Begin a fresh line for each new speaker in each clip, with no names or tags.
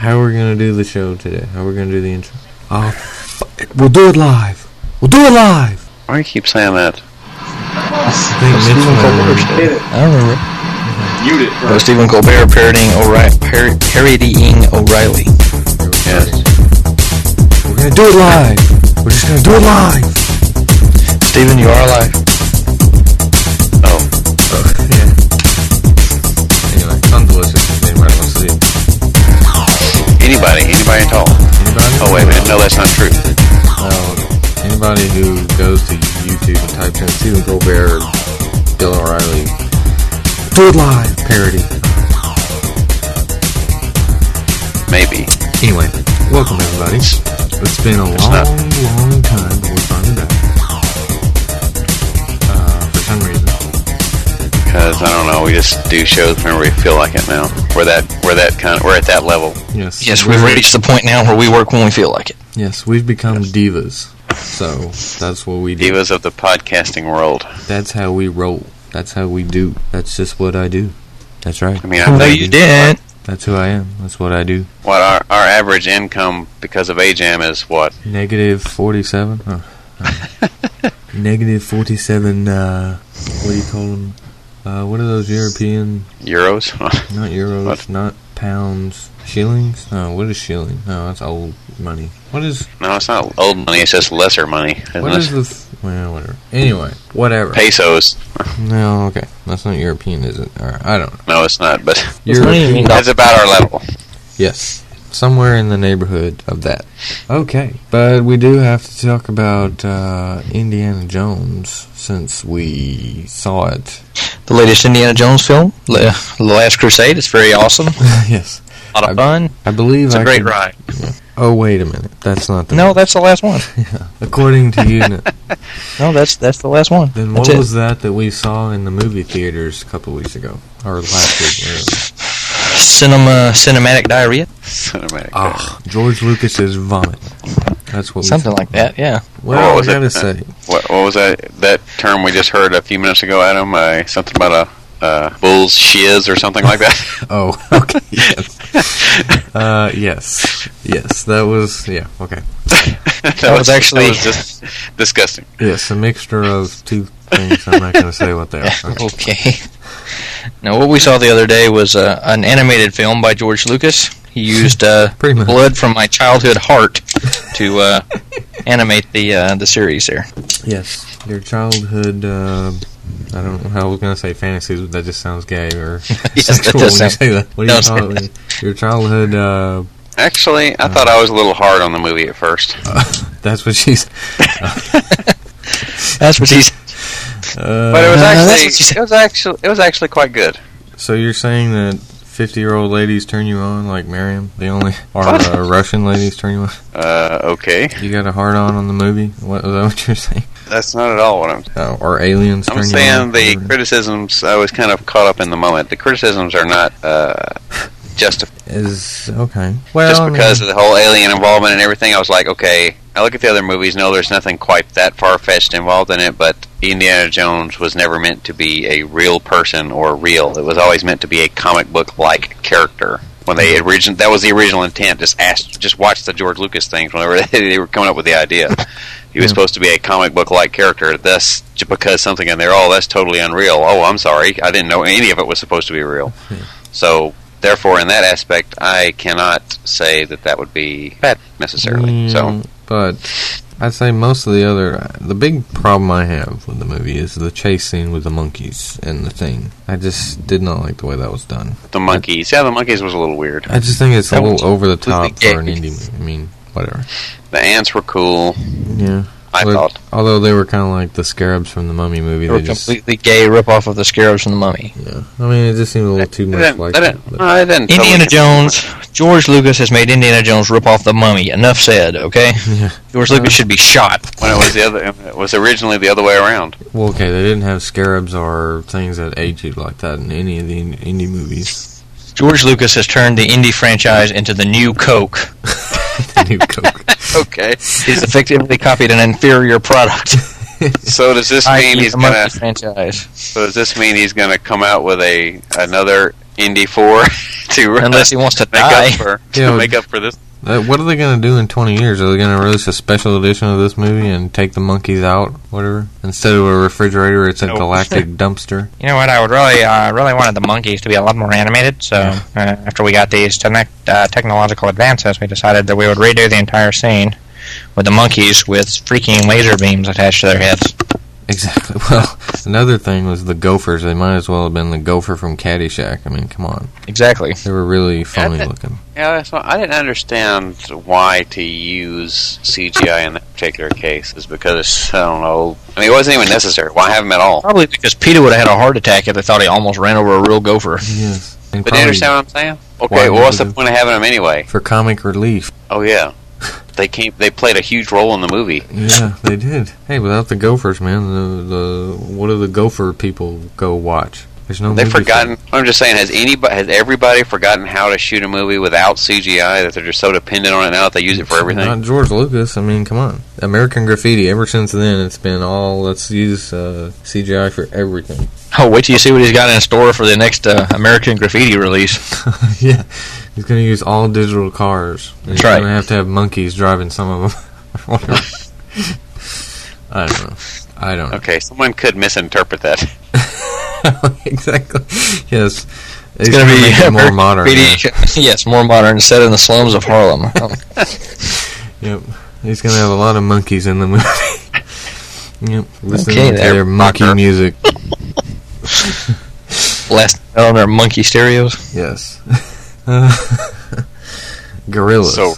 how are we gonna do the show today? How are we gonna do the intro? Oh, fuck it. we'll do it live. We'll do it live.
Why do you keep saying that?
I think Mitch might remember.
I don't remember.
Mute it,
It was Stephen Colbert parodying O'Reilly. Par- parodying O'Reilly.
Yes.
We're gonna do it live. We're just gonna do it live.
Stephen, you are alive.
Oh,
yeah. Anyway, come delicious. Anybody wants to see it?
anybody, anybody at all.
Anybody?
Oh, wait a minute. No, that's not true.
Uh, anybody who goes to YouTube and types in Stephen Colbert, Bill O'Reilly, do it live parody.
Maybe.
Anyway, welcome everybody. It's been a long,
not.
long time, but we're finally back. Uh, for some reason,
Because, I don't know, we just do shows whenever we feel like it now. We're that, we're that kind of, we're at that level.
yes,
Yes, we've reached the point now where we work when we feel like it.
yes, we've become divas. So that's what we do.
Divas of the podcasting world.
That's how we roll. That's how we do. That's just what I do. That's right.
I mean, I know you
didn't.
That's who I am. That's what I do.
What our, our average income because of AJAM is what?
Negative 47? Oh, uh, negative 47, uh, what do you call them? Uh, what are those European,
Euros?
not euros,
What?
not pounds, shillings? No, what is shilling? No, that's old money. What is,
no, it's not old money. It's just lesser money. Isn't
what is
it?
the, f- well, whatever. Anyway, whatever.
Pesos.
No, okay. That's not European, is it? Or, I don't know.
No, it's not, but
European.
that's about our level.
Yes. Somewhere in the neighborhood of that. Okay. But we do have to talk about, uh, Indiana Jones since we saw it.
The latest Indiana Jones film, Le- The Last Crusade, it's very awesome. A
yes.
lot
I-
of fun.
I believe
It's
I
a great
can-
ride.
Oh wait a minute, that's not the
No, that's the last one.
According to you, no.
No, that's that's the last one.
then
that's
what
it.
was that that we saw in the movie theaters a couple weeks ago or last week? whatever.
Cinema, cinematic diarrhea,
Cinematic.
Ah, George Lucas's vomit. That's what we
something
saw.
like that. Yeah,
Well,
Oh,
I
is it-
gotta say,
What, what was that that term we just heard a few minutes ago, Adam? Uh, something about a uh, bull's shiz or something like that.
oh, okay, yes, uh, yes, yes, that was yeah, okay,
that,
was actually-
that was just disgusting.
yes, a mixture of two things. I'm not gonna say what they are. Okay.
okay. Now, what we saw the other day was uh, an animated film by George Lucas. He used uh,
Pretty much.
blood from my childhood heart to uh, animate the uh, the series there.
Yes, your childhood. Uh, I don't know how I was gonna say fantasies, but that just sounds gay or
Yes, that
sexual when
does
you
sound-
say that. What do you
does-
call it? when- Your childhood. Uh,
Actually, I thought I was a little hard on the movie at first.
that's what she's.
That's what he's.
Uh,
But it was
Uh, that's
actually
what you said.
it was actually it was actually quite good.
so you're saying that fifty-year-old ladies turn you on, like Miriam? The only or
What?
uh, Russian ladies turn you on?
Uh, okay,
You got a hard on on the movie? What is that? What you're saying?
that's not at all what I'm.
Uh, or aliens
I'm
turn you
saying
on?
the
Or-
criticisms. I was kind of caught up in the moment. The criticisms are not uh, justified.
is okay. Well, I
just
mean,
because of the whole alien involvement and everything, I was like, okay. I look at the other movies. No, there's nothing quite that far fetched involved in it. But Indiana Jones was never meant to be a real person or real. It was always meant to be a comic book like character. When they origin, that was the original intent. Just ask, just watch the George Lucas things. Whenever they, they were coming up with the idea, he
Yeah.
was supposed to be a comic book like character. Thus, j- because something in there, oh, that's totally unreal. Oh, I'm sorry, I didn't know any of it was supposed to be real.
Hmm.
So, therefore, in that aspect, I cannot say that that would be bad necessarily. So,
Mm, but I'd say most of the other, the big problem I have with the movie is the chase scene with the monkeys and the thing. I just did not like the way that was done.
the monkeys, yeah, the monkeys was a little weird.
I just think it's a
That
little
was
over the top
completely
for an
gay.
indie movie. I mean, whatever.
The ants were cool.
Yeah.
I
But-
thought
Although they were kind of like the scarabs from the Mummy movie.
They were
They just,
completely gay ripoff of the Scarabs and the Mummy.
yeah. I mean, it just seemed a little too
They
much
didn't-
like
they
that.
didn't-
but-
no, they didn't totally-
Indiana Jones, George Lucas has made Indiana Jones rip off the Mummy. Enough said. Okay,
Yeah. Uh-huh.
George Lucas should be shot.
When it was the other, it was originally the other way around.
Well, okay, they didn't have scarabs or things that age you like that in any of the in- indie movies.
George Lucas has turned the indie franchise into the new Coke.
The new Coke.
Okay.
He's effectively copied an inferior product.
So does this
I
mean he's
the Mummy
gonna?
franchise.
So does this mean he's gonna come out with a another Indy Four to uh,
Unless he wants to
make
die.
up for
Yeah,
to
well-
make up for this.
Uh, what are they going to do in 20 years? Are they going to release a special edition of this movie and take the monkeys out, whatever? Instead of a refrigerator, it's a
Nope.
galactic dumpster.
You know what? I would really, uh, really wanted the monkeys to be a lot more animated. So uh, after we got these technic uh, technological advances, we decided that we would redo the entire scene with the monkeys with freaking laser beams attached to their heads.
Exactly. Well, another thing was the gophers. They might as well have been the gopher from Caddyshack. I mean, come on.
Exactly.
They were really phony
think-
looking.
Yeah, that's not, I didn't understand why to use CGI in that particular case. Is because I don't know. I mean, it wasn't even necessary. Why have them at all?
Probably because Peter would have had a heart attack if they thought he almost ran over a real gopher.
Yes. And
But do
probably
you understand what I'm saying?
Why
Okay, well, what's the
do-
point of having them anyway?
for comic relief.
Oh yeah, they came. They played a huge role in the movie.
Yeah, they did. Hey, without the gophers, man, the, the what do the gopher people go watch? There's no.
They've
movie for-
forgotten. I'm just saying, has anybody, has everybody forgotten how to shoot a movie without CGI? That they're just so dependent on it now that they use it for everything.
Not George Lucas. I mean, come on. American Graffiti. Ever since then, it's been all let's use uh, CGI for everything.
Oh, wait till you see what he's got in store for the next uh, American Graffiti release.
yeah, he's gonna use all digital cars. And
That's
he's
right.
Gonna have to have monkeys driving some of them. I don't know. I don't know.
Okay, someone could misinterpret that.
exactly. Yes. It's,
gonna
gonna
be
make it more
American
modern. yeah.
Graffiti- yes, more modern, set in the slums of Harlem. Oh,
Yep. He's gonna have a lot of monkeys in the movie. yep. Listening
Okay,
to
there,
their monkey
fucker.
music.
Last on their monkey stereos.
Yes. Uh, gorillas.
So-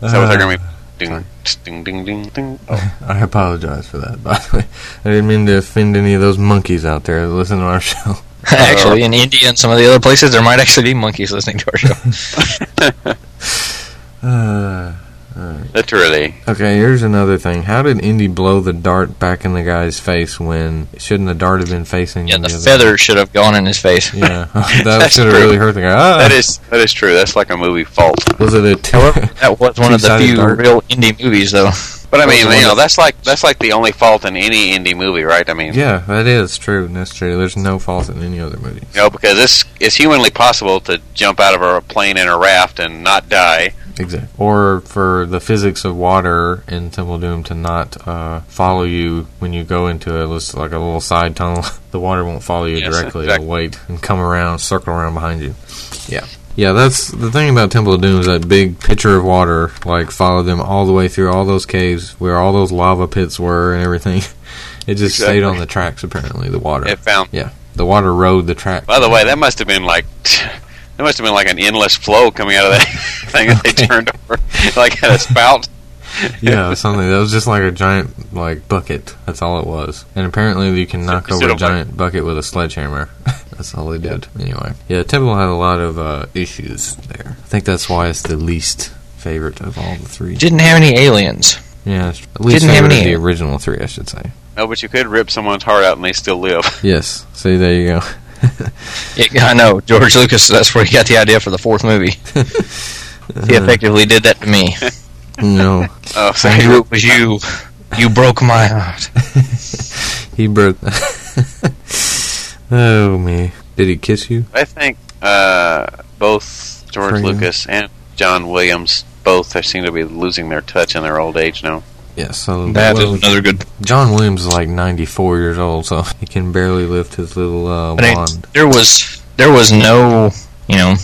So they're gonna be
uh,
ding, ding, ding, ding, ding. Oh,
I apologize for that, by the way. I didn't mean to offend any of those monkeys out there that listen to our show.
Actually, in India and some of the other places, there might actually be monkeys listening to our show.
Uh,
literally.
okay, here's another thing. How did Indy blow the dart back in the guy's face when shouldn't the dart have been facing
yeah, the
other-
feather should have gone in his face.
Yeah, that
That's
should have
true.
really hurt the guy. Ah!
That is that is true. That's like a movie fault.
was it a two?
However, that was one of the
Two-sided
few
dart.
real indie movies, though.
But
That
I mean,
was
you know,
wonderful.
that's like that's like the only fault in any indie movie, right? I mean,
yeah, that is true. That's true. There's no fault in any other movie.
you know, because it's it's humanly possible to jump out of a plane in a raft and not die.
Exactly. Or for the physics of water in Temple of Doom to not uh, follow you when you go into a just like a little side tunnel, the water won't follow you
Yes,
directly.
exactly.
It'll wait and come around, circle around behind you. Yeah. Yeah, that's the thing about Temple of Doom is that big pitcher of water like followed them all the way through all those caves where all those lava pits were and everything. It just
Exactly.
stayed on the tracks apparently. The water,
It found.
the water rode the track.
By the way, that must have been like that must have been like an endless flow coming out of that thing that they
Okay.
turned over, like had a spout.
yeah, something that was just like a giant like bucket. That's all it was. And apparently, you can knock over
instead
a
of, like-
giant bucket with a sledgehammer. that's all they did. Anyway, yeah, Temple had a lot of uh, issues there. I think that's why it's the least favorite of all the three.
Didn't have any aliens.
Yeah, it's the least
Didn't have
favorite of
any-
the original three, I should say.
No, but you could rip someone's heart out and they still live.
Yes. See, there you go.
Yeah, I know George Lucas. That's where he got the idea for the fourth movie. he effectively did that to me.
no,
Oh, so
I
you
knew it was you. You broke my heart.
he broke. oh me, did he kiss you?
I think uh, both George
Freeman.
Lucas and John Williams both have seem to be losing their touch in their old age now.
Yes. So
That is
well,
another good.
John Williams is like 94 years old, so he can barely lift his little uh,
But it-
wand.
there was there was no you know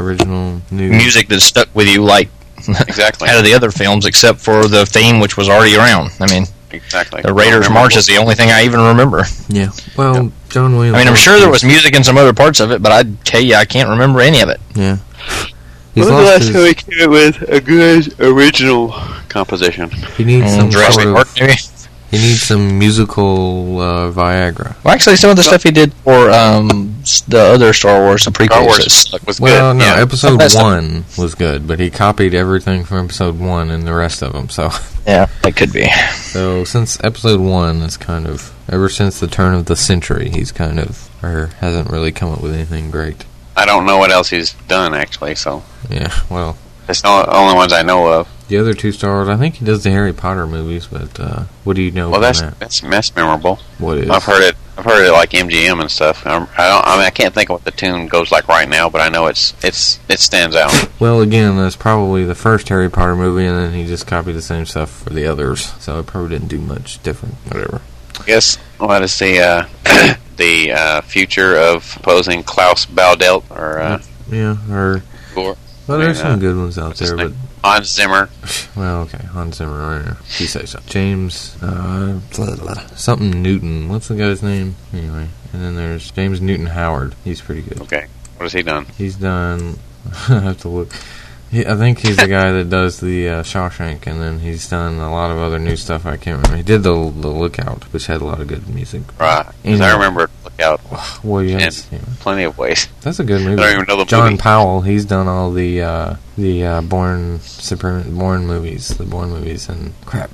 Original new
music that stuck with you like
Exactly.
out of the other films, except for the theme which was already around. I mean,
Exactly.
the Raiders March is the only thing I even remember.
Yeah. Well, John Williams.
I mean, I'm sure there was music in some other parts of it, but I tell you, I can't remember any of it.
Yeah.
When
He's
was the
lost
last time
his,
we came up with a good original composition?
he needs some
Mm, Jurassic
sort
Park,
of,
maybe.
he needs some musical uh, Viagra.
Well, actually, some of the stuff he did for um, s- the other Star Wars, the prequels,
Star
that
Wars
sucked.
was
Well,
good.
no,
yeah.
episode
That's the-
one was good, but he copied everything from episode one and the rest of them. So,
Yeah, that could be.
so since episode one is kind of ever since the turn of the century, he's kind of or hasn't really come up with anything great.
I don't know what else he's done actually. So
Yeah. Well,
That's the only- only ones I know of.
The other two Star Wars, I think he does the Harry Potter movies, but uh, what do you know
Well,
from
that's
that?
that's that's memorable.
What is?
I've heard it. I've heard it like MGM and stuff. I'm, I don't. I mean, I can't think of what the tune goes like right now, but I know it's it's it stands out.
Well, again, that's probably the first Harry Potter movie, and then he just copied the same stuff for the others, so it probably didn't do much different. Whatever.
I guess what is the uh, the uh, future of opposing Klaus Baudelt or uh,
Yeah, or
Or-
well, there's
yeah.
some good ones out
What's his
there, but
Hans Zimmer?
well, okay, Hans Zimmer, right there. He says so. James, uh, blah, blah, blah, something Newton. What's the guy's name? Anyway, and then there's James Newton Howard. He's pretty good.
Okay, what has he done?
He's done. I have to look. He, I think he's the guy that does the uh, Shawshank, and then he's done a lot of other new stuff. I can't remember. He did the the Lookout, which had a lot of good music.
Right, 'cause I
Yeah.
remember look out
Well, yes,
yes, plenty of ways.
that's a good movie.
I don't even know the
John
movie.
Powell, he's done all the uh, the uh, Born Super Born movies, the Born movies, and crap.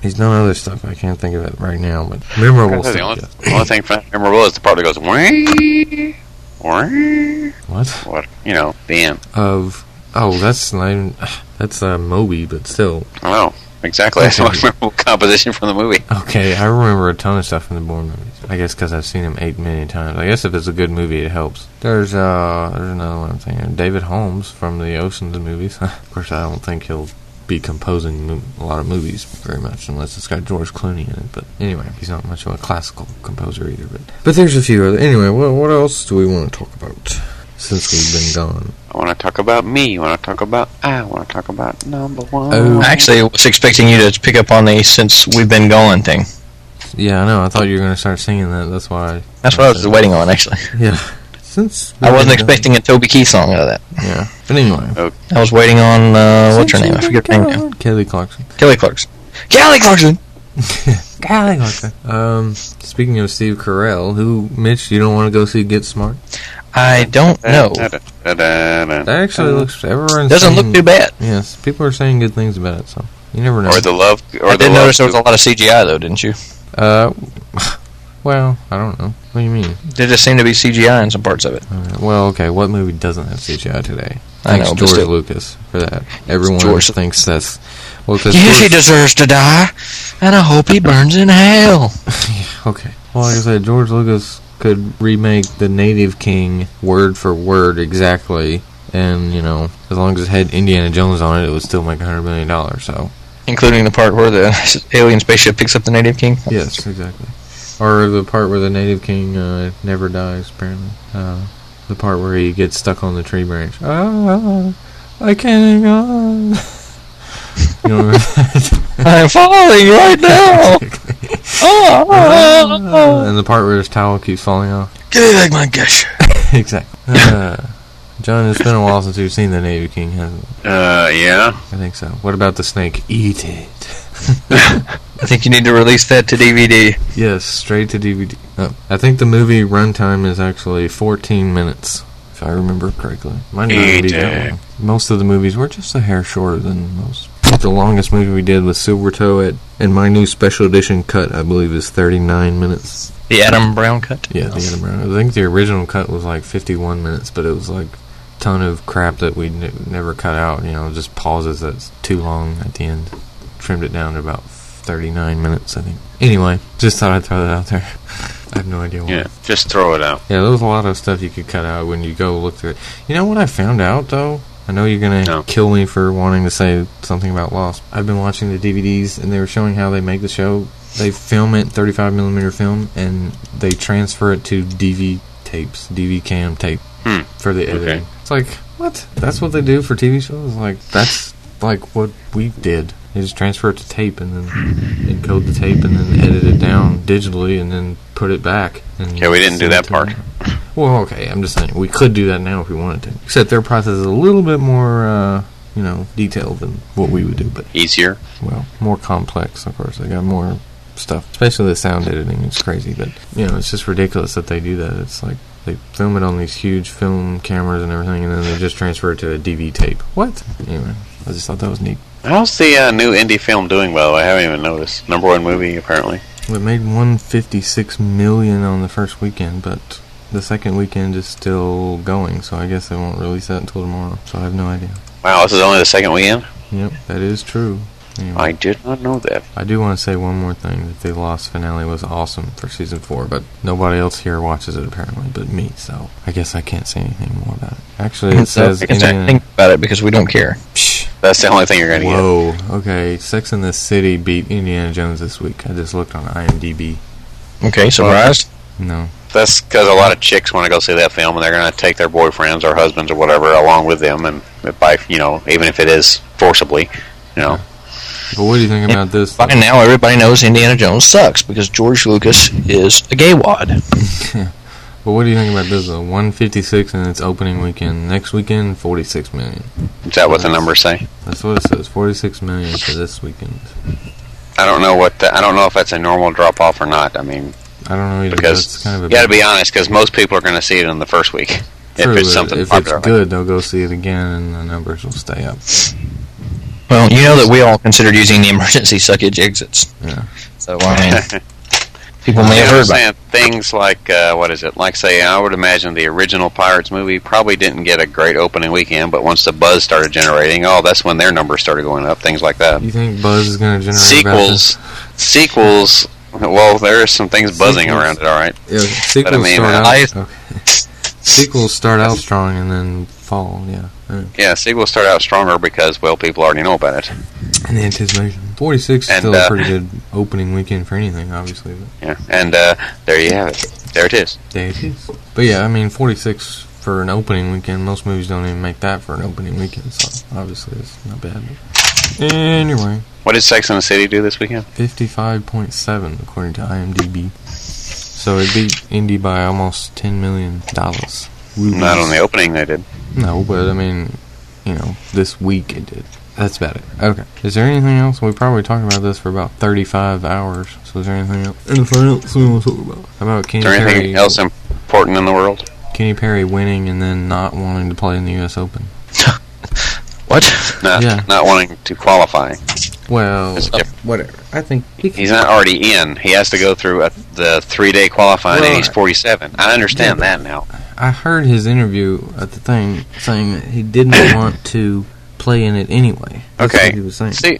He's done other stuff. I can't think of it right now, but memorable
the
stuff.
only, only thing from- memorable is the part that goes wee, wee,
yeah. What
what you know, the end.
of? Oh, that's not even, that's uh, Moby, but still
I don't know exactly. That's the
Okay.
most memorable composition from the movie.
okay. I remember a ton of stuff from the Born movies. I guess because I've seen them eight million times. I guess if it's a good movie, it helps. There's uh, there's another one I'm thinking. David Holmes from the Ocean's movies. of course, I don't think he'll be composing mo- a lot of movies very much unless it's got George Clooney in it. But anyway, he's not much of a classical composer either. But but there's a few other. Anyway, what what else do we want to talk about since we've been gone?
I want to talk about me. I want to talk about I. want to talk about number one.
Oh.
I actually was expecting you to pick up on the since we've been going thing.
Yeah, I know. I thought you were going to start singing that. That's why.
That's what I was waiting on, actually.
Yeah. Since
I wasn't
we've been
expecting a Toby Keith song out of that.
gone- Yeah. But anyway.
I was waiting on, uh, what's her name? I forget her name now.
Kelly Clarkson.
Kelly Clarkson. Kelly Clarkson!
Kelly Clarkson. Um, speaking of Steve Carell, who Mitch, you don't want to go see Get Smart?
I don't know.
That actually looks everyone's
Doesn't
saying-
look too bad.
Yes, people are saying good things about it, so you never know.
Or the love. Or
I
the
did
love
notice there was a lot of CGI, though, didn't you?
uh, well, I don't know. What do you mean?
There just seemed to be CGI in some parts of it.
Alright, Well, okay, what movie doesn't have CGI today?
I
Thanks
know, but
George
still.
Lucas for that. Everyone
George.
thinks that's well. 'cause
Yes, he
George-
deserves to die, and I hope he burns in hell.
Okay. Well, like I said, George Lucas could remake the Native King word for word exactly, and you know, as long as it had Indiana Jones on it, it would still make a hundred million dollars. So
Including the part where the alien spaceship picks up the native king.
yes, exactly. Or the part where the Native King uh, never dies, apparently. Uh, the part where he gets stuck on the tree branch. Ah, I can't hang on. you know remember that?
I'm falling right now. oh, oh, oh.
and the part where his towel keeps falling off.
Give me back my gush.
exactly. Uh, John, it's been a while since you've seen the Navy King, hasn't it?
Uh, yeah.
I think so. What about the snake? Eat it.
I think you need to release that to DVD.
Yes, straight to DVD. Oh, I think the movie runtime is actually 14 minutes, if I remember correctly. Might not even be
Eat
that
it.
long. Most of the movies were just a hair shorter than most. The longest movie we did was Silvertoe at, and my new special edition cut, I believe, is 39 minutes.
The Adam Brown cut.
Yeah, the Adam Brown. I think the original cut was like 51 minutes, but it was like ton of crap that we n- never cut out. You know, just pauses that's too long at the end. Trimmed it down to about 39 minutes, I think. Anyway, just thought I'd throw that out there. I have no idea why.
Yeah. Just throw it out.
Yeah, there was a lot of stuff you could cut out when you go look through it. You know what I found out though? I know you're gonna
No.
kill me for wanting to say something about Lost. I've been watching the DVDs, and they were showing how they make the show. They film it 35 millimeter film, and they transfer it to DV tapes, DV cam tape
Hmm.
for the
Okay.
editing. It's like what? That's what they do for TV shows. Like that's like what we did. They just transfer it to tape and then encode the tape and then edit it down digitally and then put it back. And
Yeah, we didn't do
send it
that
to them.
part.
Well, okay, I'm just saying we could do that now if we wanted to. Except their process is a little bit more, uh, you know, detailed than what we would do, but
Easier.
well, more complex, of course. They got more stuff, especially the sound editing. It's crazy, but you know, it's just ridiculous that they do that. It's like they film it on these huge film cameras and everything, and then they just transfer it to a DV tape. What? Anyway, I just thought that was neat.
How's the uh, new indie film doing? By the way, I haven't even noticed. Number one movie apparently.
Well, It made 156 million on the first weekend, but the second weekend is still going, so I guess they won't release that until tomorrow. So I have no idea.
Wow, this is only the second we in?
Yep, that is true. Anyway,
I did not know that.
I do want to say one more thing that the Lost finale was awesome for season four, but nobody else here watches it apparently but me, so I guess I can't say anything more about it. Actually, it says
I can
Indiana.
think about it because we don't care.
Psh,
That's the only thing you're going to get.
whoa, okay. Sex in the City beat Indiana Jones this week. I just looked on IMDb.
Okay, surprised?
No,
That's because a lot of chicks want to go see that film, and they're going to take their boyfriends or husbands or whatever along with them, and if by you know, even if it is forcibly, you know.
but what do you think about this?
By now, everybody knows Indiana Jones sucks because George Lucas is a gay wad.
But what do you think about this? Though? 156 and its opening weekend. Next weekend, 46 million.
Is that what the numbers say?
That's what it says. 46 million for this weekend.
I don't know what the, I don't know if that's a normal drop off or not. I mean,
I don't know either.
because
that's kind of a
you got to
big-
be honest, because most people are going to see it in the first week
True,
if
but
it's something
if
popular.
it's good, they'll go see it again, and the numbers will stay up.
Well, you know that we all considered using the emergency suckage exits.
Yeah.
So, I mean, people may
Yeah,
have
I'm
heard about it.
saying things like uh, what is it? Like say, I would imagine the original Pirates movie probably didn't get a great opening weekend, but once the buzz started generating, oh, that's when their numbers started going up. Things like that.
You think Buzz is going to generate about this?
Sequels, sequels. Well, there are some things buzzing
Sequels.
around it. All right,
Yeah, sequels
I mean,
start
uh,
out.
I-
okay. sequels start out strong and then fall. Yeah, Uh,
yeah, sequels start out stronger because well, people already know about it.
in anticipation. Forty six is
And,
still a
uh,
pretty good opening weekend for anything, obviously. But
Yeah, and uh, there you have it. There it is.
there it is. But yeah, I mean, forty six for an opening weekend. Most movies don't even make that for an opening weekend, so obviously it's not bad. Anyway,
What did Sex and the City do this weekend?
fifty five point seven according to IMDb. So it beat Indy by almost ten million dollars.
Not on the opening they did.
No, but I mean, you know, this week it did. That's about it. Okay. Is there anything else? We probably talked about this for about 35 hours. So is there anything else? Anything else we want to talk about? How about Kenny
Is there
Perry?
anything else important in the world?
Kenny Perry winning and then not wanting to play in the U.S. Open.
What?
Not,
Yeah.
not wanting to qualify.
Well,
It's different.
whatever. I think he
He's not already in. He has to go through a, the three day qualifying,
Well,
and he's 47. I understand that now.
I heard his interview at the thing saying that he didn't want to play in it anyway. That's
Okay.
What he was saying.
See,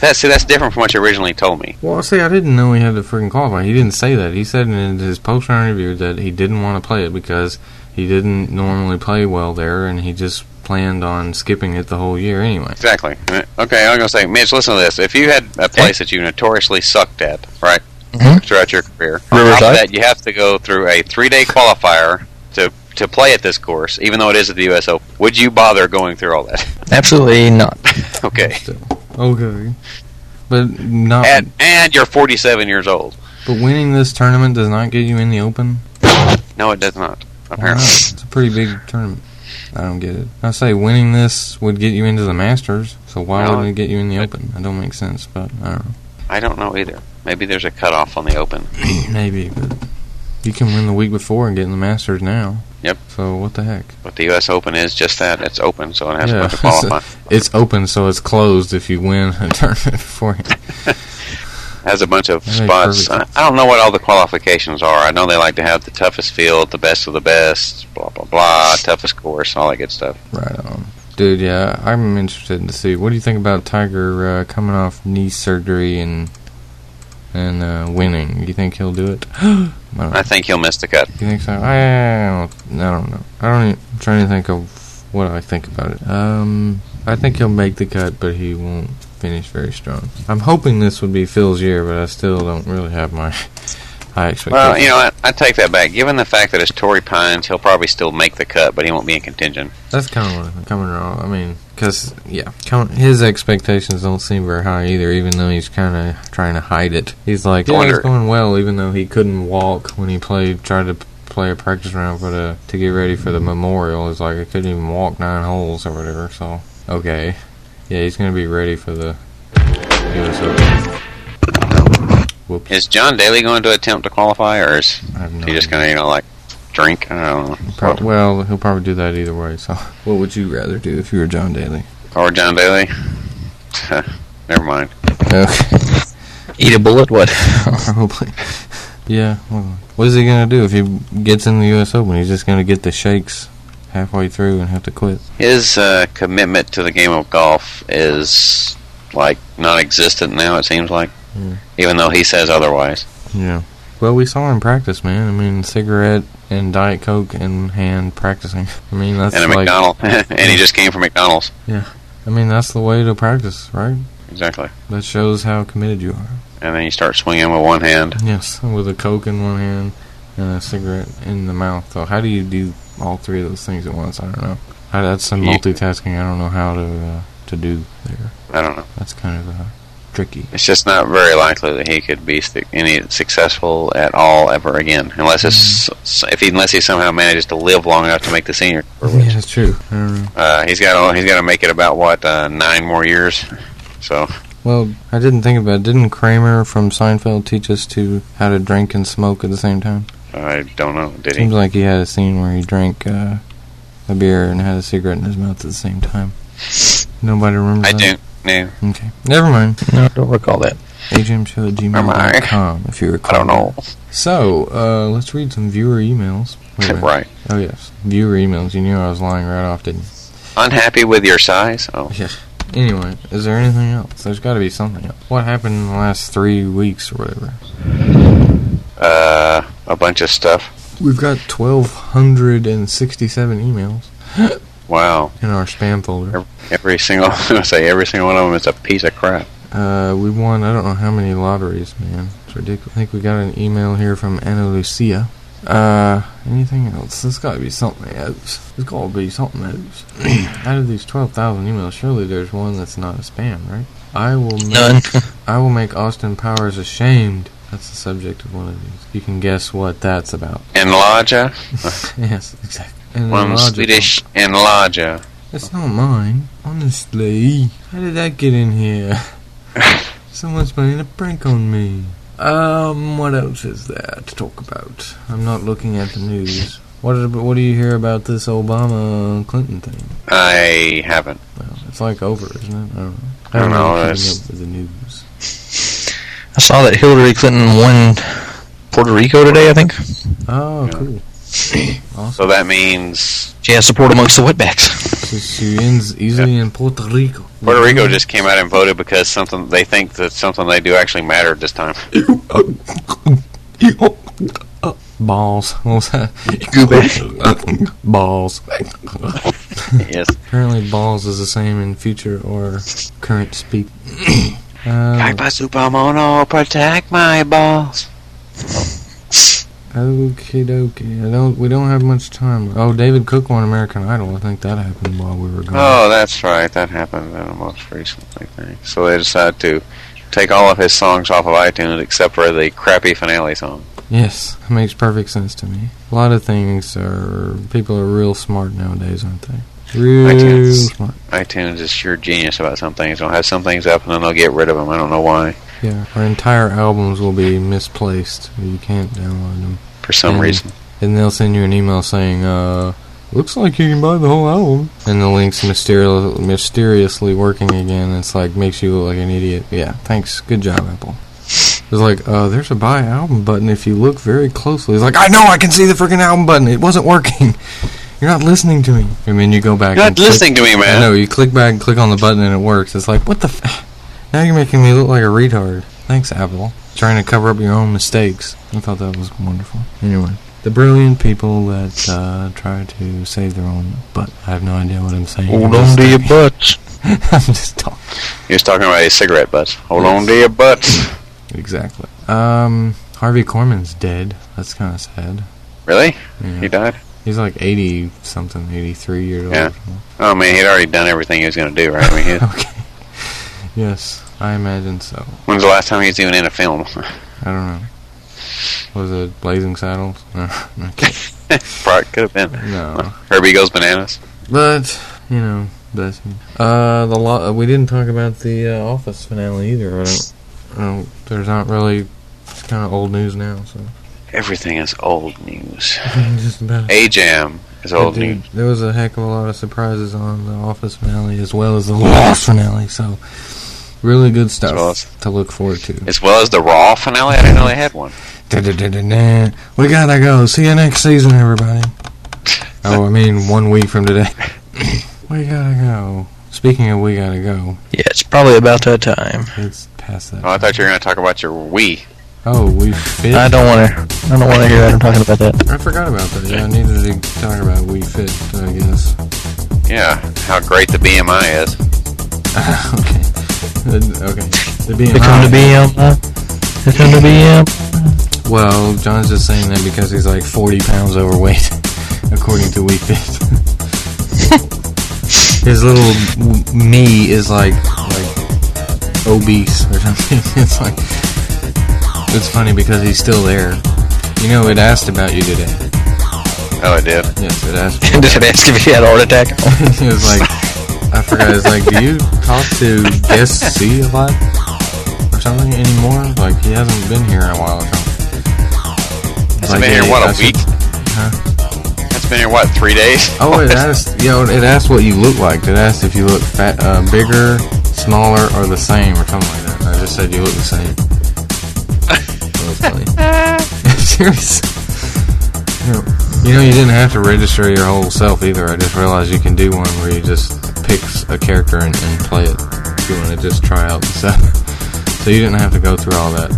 that, see, that's different from what you originally told me.
Well, see, I didn't know he had to freaking qualify. He didn't say that. He said in his post-round interview that he didn't want to play it because he didn't normally play well there, and he just planned on skipping it the whole year anyway.
Exactly. Okay, I'm going to say, Mitch, listen to this. If you had a place that you notoriously sucked at, right,
Mhm.
throughout your career, on top of
Riverside?
that, you have to go through a three day qualifier to, to play at this course, even though it is at the U.S. Open. Would you bother going through all that?
Absolutely not.
okay.
So, okay, but not.
And, and you're 47 years old.
but winning this tournament does not get you in the Open.
No, it does not,
Why
apparently.
not? It's a pretty big tournament. I don't get it. I say winning this would get you into the Masters, so why
No.
wouldn't it get you in the Open? That don't make sense, but I don't know.
I don't know either. Maybe there's a cutoff on the open.
Maybe, but you can win the week before and get in the Masters now.
Yep.
So what the heck?
But the U.S. Open is just that. It's open, so it has
Yeah.
to qualify.
It's open, so it's closed if you win a tournament beforehand.
has a bunch of
That makes
spots. I,
perfect
I don't know what all the qualifications are. I know they like to have the toughest field, the best of the best, blah, blah, blah, toughest course, all that good stuff.
Right on. Dude, yeah, I'm interested to see. What do you think about Tiger uh, coming off knee surgery and and uh, winning? You think he'll do it? I don't know.
I think he'll miss the cut.
You think so? I don't, I don't know. I don't. Even, I'm trying to think of what I think about it. Um, I think he'll make the cut, but he won't finish very strong. I'm hoping this would be Phil's year, but I still don't really have my high expectations.
Well, you know, I, I take that back. Given the fact that it's Torrey Pines, he'll probably still make the cut, but he won't be in contention.
That's kind of what I'm coming around. I mean, because yeah, count, his expectations don't seem very high either. Even though he's kind of trying to hide it, he's like, yeah, it's
Wonder-
going well. Even though he couldn't walk when he played, tried to p- play a practice round for the to get ready for the memorial. It's like I couldn't even walk nine holes or whatever. So okay, yeah, he's gonna be ready for the U.S. Open. Whoops,
Is John Daly going to attempt to qualify, or is
I have no
he just
idea.
going to, you know, like, drink? I don't know.
Pro- well, he'll probably do that either way. So, what would you rather do if you were John Daly?
Or John Daly? Never mind.
Eat a bullet? What?
Probably. Yeah. Well, what is he gonna do if he gets in the U.S. Open? He's just gonna get the shakes halfway through and have to quit.
His uh, commitment to the game of golf is like non-existent now. It seems like,
Hmm.
even though he says otherwise.
Yeah. Well, we saw him practice, man. I mean, cigarette and Diet Coke in hand practicing. I mean, that's
and a
like,
McDonald, and he just came from McDonald's.
I mean, that's the way to practice, right?
Exactly.
That shows how committed you are.
And then you start swinging with one hand.
Yes, with a Coke in one hand and a cigarette in the mouth. So how do you do all three of those things at once? I don't know. I, that's some
You-
multitasking. I don't know how to uh, to do there.
I don't know.
That's kind of uh, tricky.
It's just not very likely that he could be sti- any successful at all ever again, unless it's
Hmm.
s- if he, unless he somehow manages to live long enough to make the senior.
Yeah, that's true. I don't know.
Uh, he's got he's got to make it about what uh, nine more years. So
Well, I didn't think about it. Didn't Kramer from Seinfeld teach us to how to drink and smoke at the same time?
I don't know. Did
Seems
he?
like he had a scene where he drank uh, a beer and had a cigarette in his mouth at the same time. Nobody remembers
I
that?
don't know.
Okay. Never mind.
No, don't recall that.
AGMShow at gmail.com if you
I
recall.
don't know.
So, uh, let's read some viewer emails. Wait a minute.
right.
Oh, yes. Viewer emails. You knew I was lying right off, didn't you?
Unhappy with your size? Oh,
Anyway, is there anything else? There's got to be something else. What happened in the last three weeks or whatever?
uh, a bunch of stuff.
We've got 1,267 emails
Wow.
in our spam folder.
Every single I am gonna say every single one of them is a piece of crap.
Uh, we won I don't know how many lotteries, man. It's ridiculous. I think we got an email here from Anna Lucia. Uh, anything else? There's got to be something else. There's got to be something else. Out of these twelve thousand emails, surely there's one that's not a spam, right? I will make,
None.
I will make Austin Powers ashamed. That's the subject of one of these. You can guess what that's about.
Enlarger,
yes, exactly. And
one
logical.
Swedish enlarger.
That's not mine, honestly. How did that get in here? Someone's playing a prank on me. Um, what else is there to talk about? I'm not looking at the news. What ab- what do you hear about this Obama Clinton thing?
I haven't.
Well, it's like over, isn't it? I don't know.
I don't know,
really keeping
it's-
up with the news.
I saw that Hillary Clinton won Puerto Rico today, I think.
Oh,
Yeah.
cool.
So
awesome.
that means
She has support amongst the wetbacks.
She, she wins easily in Puerto Rico.
Puerto Rico just came out and voted because something they think that something they do actually mattered this time.
Balls. What was that? Balls.
yes.
Apparently, balls is the same in future or current speak. uh,
Supermono, protect my balls.
okay, dokie. I don't. We don't have much time. Oh, David Cook won American Idol. I think that happened while we were gone.
Oh, that's right. That happened at the most recent I think. So they decided to take all of his songs off of iTunes except for the crappy finale song.
Yes, that makes perfect sense to me. A lot of things are. People are real smart nowadays, aren't they? Real
iTunes.
smart.
iTunes is sure genius about some things. They'll have some things up and then they'll get rid of them. I don't know why.
Yeah, our entire albums will be misplaced. You can't download them.
For some
Mm.
reason.
And they'll send you an email saying, uh, looks like you can buy the whole album. And the link's mysteri- mysteriously working again. It's like, makes you look like an idiot. Yeah, thanks. Good job, Apple. It's like, uh, there's a buy album button if you look very closely. It's like, I know I can see the freaking album button. It wasn't working. You're not listening to me. And then you go back
You're
and
not
click-
listening to me,
I know,
man.
you click back and click on the button and it works. It's like, what the f- Now you're making me look like a retard. Thanks, Apple. Trying to cover up your own mistakes. I thought that was wonderful. Anyway, the brilliant people that uh, try to save their own butt. I have no idea what I'm saying. I'm just,
butts.
I'm just talking.
He was talking about his cigarette butts. Hold
Yes.
on to your butts.
Exactly. Um, Harvey Korman's dead. That's kind of sad.
Really? He
Yeah.
died?
He's like 80 something, 83 years old.
Yeah. Oh man, he'd already done everything he was going to do, right? I mean, he-
Okay. Yes, I imagine so.
when's the last time he was even in a film?
I don't know. Was it Blazing Saddles? No, no,
Probably could have been.
no.
Herbie goes bananas.
But you know, bless him. Uh, the lo- we didn't talk about the uh, Office finale either. I don't, I don't, there's not really. It's kind of old news now, so
Everything is old news.
just about.
A Jam is old
Dude,
news.
There was a heck of a lot of surprises on the Office finale as well as the Lost finale. So really good stuff
well as-
to look forward to.
As well as the Raw finale. I didn't know they had one.
Da-da-da-da-da. We gotta go. See you next season, everybody. Oh, I mean, one week from today. we gotta go. Speaking of, we gotta go.
Yeah, it's probably about that time.
It's past that.
Oh, I thought you were going to talk about your Wii.
Oh, we fit.
I don't want to. I don't want to hear Adam talking about that.
I forgot about that. Yeah, I needed to talk about we fit. I guess.
Yeah, how great the BMI is.
okay. The- Okay. The BMI.
Become to be um. uh, Become to be um.
Well, John's just saying that because he's like 40 pounds overweight, according to WeFit. His little w- me is like like obese or something. It's like it's funny because he's still there. You know, it asked about you today.
Oh, it did.
Yes, it asked.
Did it ask if he had a heart attack?
it was like I forgot. It's like, do you talk to guest C a lot or something anymore? Like he hasn't been here in a while or something. It's
It's
like,
been here,
yeah,
what,
I
a
should-
week? It's been here, what, three days?
Oh, it asked, yo, it asked what you look like. It asked if you look fat, uh, bigger, smaller, or the same, or something like that. And I just said you look the same. That was funny. Serious. No. You know, you didn't have to register your whole self either. I just realized you can do one where you just pick a character and, and play it. If you want to just try out the stuff. So you didn't have to go through all that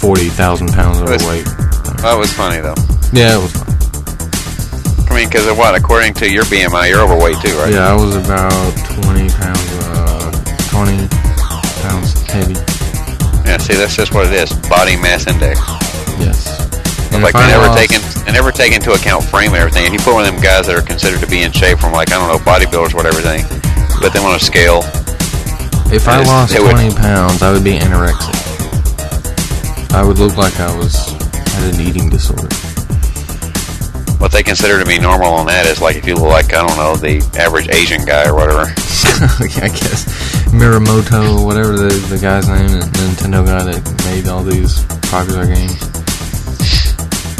40,000 pounds
That's-
overweight.
That was funny, though.
Yeah, it was fun.
I mean, because of what? According to your BMI, you're overweight, too, right?
Yeah, I was about 20 pounds, uh, 20 pounds heavy.
Yeah, see, that's just what it is. Body mass index.
Yes. And
like
if I
they never
lost-
take in, they never take into account frame and everything. If you put one of them guys that are considered to be in shape from like I don't know bodybuilders, whatever thing, put them on a scale.
If I
Yes,
lost
they would-
20 pounds, I would be anorexic. I would look like I was had an eating disorder.
What they consider to be normal on that is like if you look like I don't know the average Asian guy or whatever.
yeah, I guess Miramoto, whatever the, the guy's name, the Nintendo guy that made all these popular games.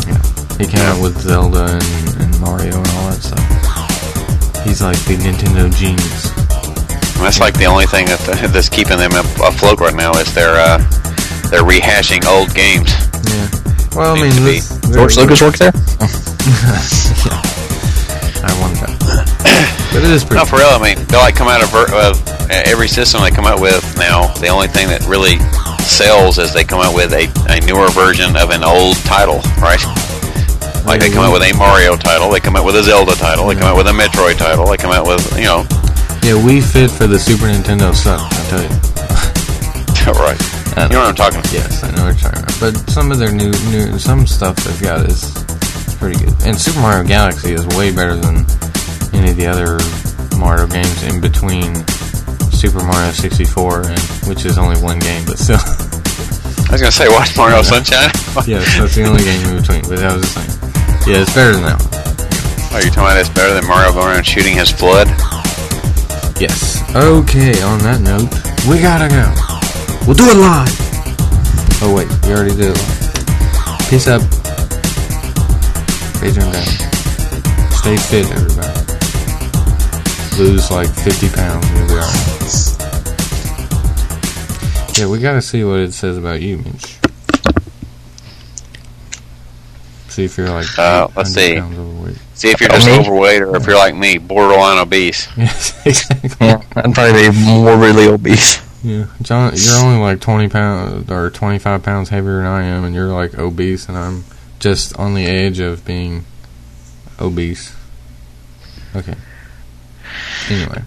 Yeah, he came out with Zelda and, and Mario and all that stuff. He's like the Nintendo genius.
And that's like the only thing that that's keeping them af- afloat right now is they're uh, they're rehashing old games.
Yeah. Well, I
Seems
mean,
to be.
this,
George Lucas worked there.
yeah. I won that. but it is pretty.
No, for real. I mean, they like come out of ver- of uh, every system they come out with now. The only thing that really sells is they come out with a, a newer version of an old title, right? Like they come out with a Mario title, they come out with a Zelda title, they come out with a Metroid title, they come out with you know,
Yeah, we fit for the Super Nintendo suck. I tell you.
right?
I
You know what I'm talking about?
Yes, I know what you're talking about. But some of their new, new, some stuff they've got is pretty good. And Super Mario Galaxy is way better than any of the other Mario games in between Super Mario 64, and which is only one game, but still.
I was gonna say, watch Mario Sunshine.
yes, that's the only game in between. But that was the same. Yeah, it's better than that. One.
Are you talking about it's better than Mario going around shooting his flood?
Yes. Okay, on that note, we gotta go. We'll do it live. Oh, wait, we already did it live. Peace out. Adrian down. Stay fit, everybody. Lose like 50 pounds, you'll be alright. Yeah, we gotta see what it says about you, Mitch. See if you're like.
Uh,
800
let's see.
Pounds overweight.
See if you're just
Me?
overweight or if you're like me, borderline obese.
Yes, exactly.
Yeah, I'd probably be morbidly obese.
Yeah, John, you're only like 20 pounds or 25 pounds heavier than I am, and you're like obese, and I'm just on the edge of being obese. Okay. Anyway,